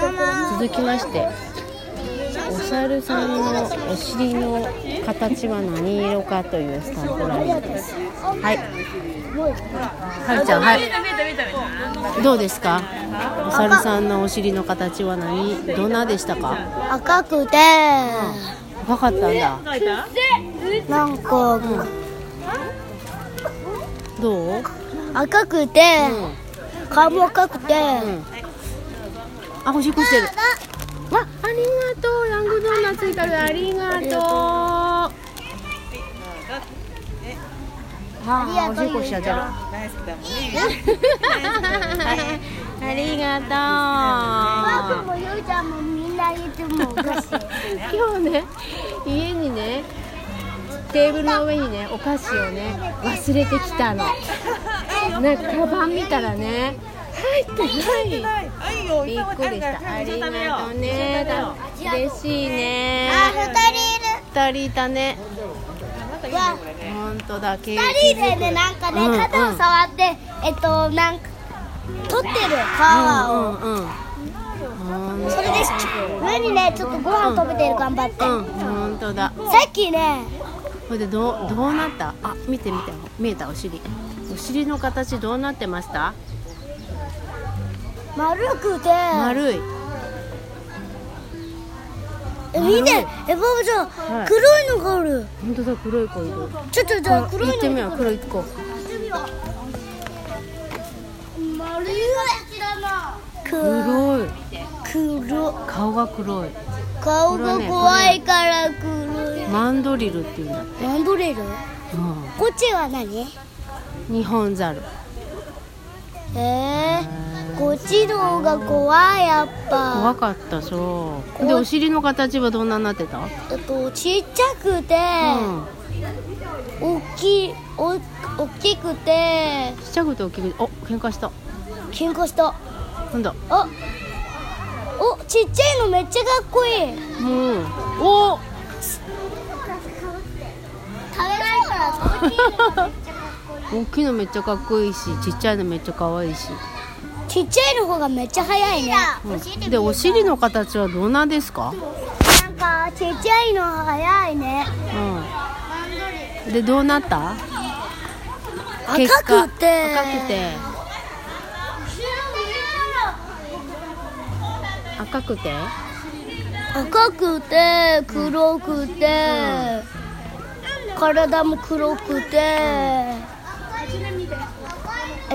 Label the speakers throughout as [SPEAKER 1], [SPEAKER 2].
[SPEAKER 1] 続きましてお猿さんのお尻の形は何色かというスタンプラリーですはいはるちゃんはいどうですかお猿さんのお尻の形は何どんなでしたか
[SPEAKER 2] 赤くて
[SPEAKER 1] 赤かったんだ
[SPEAKER 2] なんか
[SPEAKER 1] どう
[SPEAKER 2] 赤くて
[SPEAKER 1] うん
[SPEAKER 2] 顔も赤くて
[SPEAKER 1] うんあ、おしっこしてる。わ、ありがとう、ラングドーナツいたる、ありがとう。はあ、おしっこしちゃってる。ありがとう。
[SPEAKER 2] もゆうちゃんもみんないつもお菓子
[SPEAKER 1] 今日ね、家にね。テーブルの上にね、お菓子をね、忘れてきたの。なんか、カバン見たらね。入ってない。
[SPEAKER 3] はいよ、
[SPEAKER 1] びっ
[SPEAKER 3] 今
[SPEAKER 1] くりした。ありがとうね。嬉しいね。
[SPEAKER 2] 二
[SPEAKER 1] 二人いたね。
[SPEAKER 2] 人いるわ
[SPEAKER 1] 本当だ。二
[SPEAKER 2] 二人でねなんかね肩を触ってえっとなんか取ってる皮を
[SPEAKER 1] うんうんうん。ほん
[SPEAKER 2] それで上にねちょっとご飯食べてる頑張って
[SPEAKER 1] うん、本当だ。
[SPEAKER 2] さっきね
[SPEAKER 1] これでどうどうなった？あ、見て見て。見えたお尻。お尻の形どうなってました？
[SPEAKER 2] 丸くて
[SPEAKER 1] 丸い。
[SPEAKER 2] え見てえばばちゃん
[SPEAKER 1] はい
[SPEAKER 2] 黒いのがある
[SPEAKER 1] 本当だ。黒い子いる。
[SPEAKER 2] ちょっとじゃあ
[SPEAKER 1] あ
[SPEAKER 2] 黒い
[SPEAKER 1] 行ってみ
[SPEAKER 2] の
[SPEAKER 1] よう。黒い子。
[SPEAKER 2] 丸いだな黒
[SPEAKER 1] 黒い。
[SPEAKER 2] 黒
[SPEAKER 1] 顔が黒い。
[SPEAKER 2] 顔が怖いから黒い
[SPEAKER 1] マンドリルっていうんだ。
[SPEAKER 2] マンドレル
[SPEAKER 1] う
[SPEAKER 2] こっちは何
[SPEAKER 1] ん。日本ザル。
[SPEAKER 2] えー、こっちの方が怖いやっぱ
[SPEAKER 1] 怖かったそう
[SPEAKER 2] 怖い
[SPEAKER 1] でお尻の形はどんなになってた、うん、
[SPEAKER 2] えっとちっちゃくて、
[SPEAKER 1] ち
[SPEAKER 2] 大きいお大きくて
[SPEAKER 1] っちゃくて大きくてお喧嘩した
[SPEAKER 2] 喧嘩した
[SPEAKER 1] なんだ
[SPEAKER 2] あおちっちゃいのめっちゃかっこいい食べ
[SPEAKER 1] もうお
[SPEAKER 2] ないから大きい
[SPEAKER 1] 大きいのめっちゃかっこいいしちっちゃいのめっちゃ可愛いし、
[SPEAKER 2] ちっちゃいの方がめっちゃ早いね
[SPEAKER 1] うん、でお尻の形はどんなですか
[SPEAKER 2] なんかちっちゃいの早いね
[SPEAKER 1] うんでどうなった
[SPEAKER 2] 赤
[SPEAKER 1] 結果
[SPEAKER 2] くて
[SPEAKER 1] 赤くて赤くて
[SPEAKER 2] 赤くて黒くて、体も黒くて、え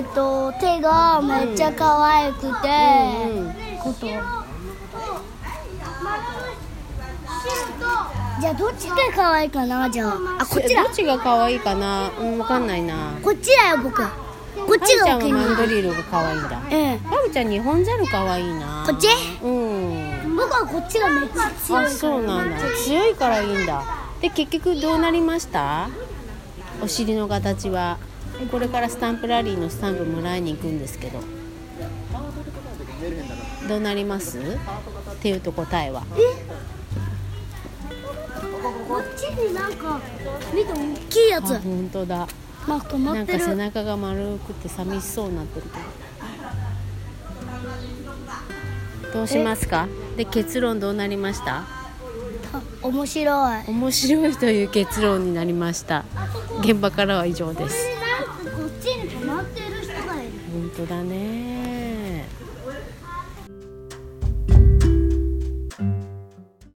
[SPEAKER 2] っと手がめっちゃ可愛くて、
[SPEAKER 1] うん
[SPEAKER 2] ことじゃあどっちが可愛いかなじゃああこっちだ
[SPEAKER 1] どっちが可愛いかなうんわかんないな
[SPEAKER 2] こっちだよ僕こっち
[SPEAKER 1] はるち
[SPEAKER 2] が
[SPEAKER 1] ゃ
[SPEAKER 2] お
[SPEAKER 1] ん
[SPEAKER 2] 気
[SPEAKER 1] は
[SPEAKER 2] に
[SPEAKER 1] マン
[SPEAKER 2] 入
[SPEAKER 1] ド
[SPEAKER 2] り
[SPEAKER 1] リルが可愛いんだ
[SPEAKER 2] ええ
[SPEAKER 1] まるちゃん日本ザル可愛いな
[SPEAKER 2] こっち
[SPEAKER 1] うん
[SPEAKER 2] 僕はこっちがめっちゃ強い
[SPEAKER 1] あそうなんだ強いからいいんだで結局どうなりましたお尻の形はこれからスタンプラリーのスタンプもらいに行くんですけどどうなりますっていうと答えは
[SPEAKER 2] こっちになんか見て大きいや
[SPEAKER 1] あ
[SPEAKER 2] つ
[SPEAKER 1] 本当だ
[SPEAKER 2] なんか止ま
[SPEAKER 1] な
[SPEAKER 2] っ
[SPEAKER 1] ん
[SPEAKER 2] て
[SPEAKER 1] か
[SPEAKER 2] る
[SPEAKER 1] 背中が丸くて寂しそうになってるどうしますかで結論どうなりました
[SPEAKER 2] あ面白い
[SPEAKER 1] 面白いという結論になりました現場からは以上です 음,
[SPEAKER 2] なんかこっちに止まってる人がいる
[SPEAKER 1] 本当だね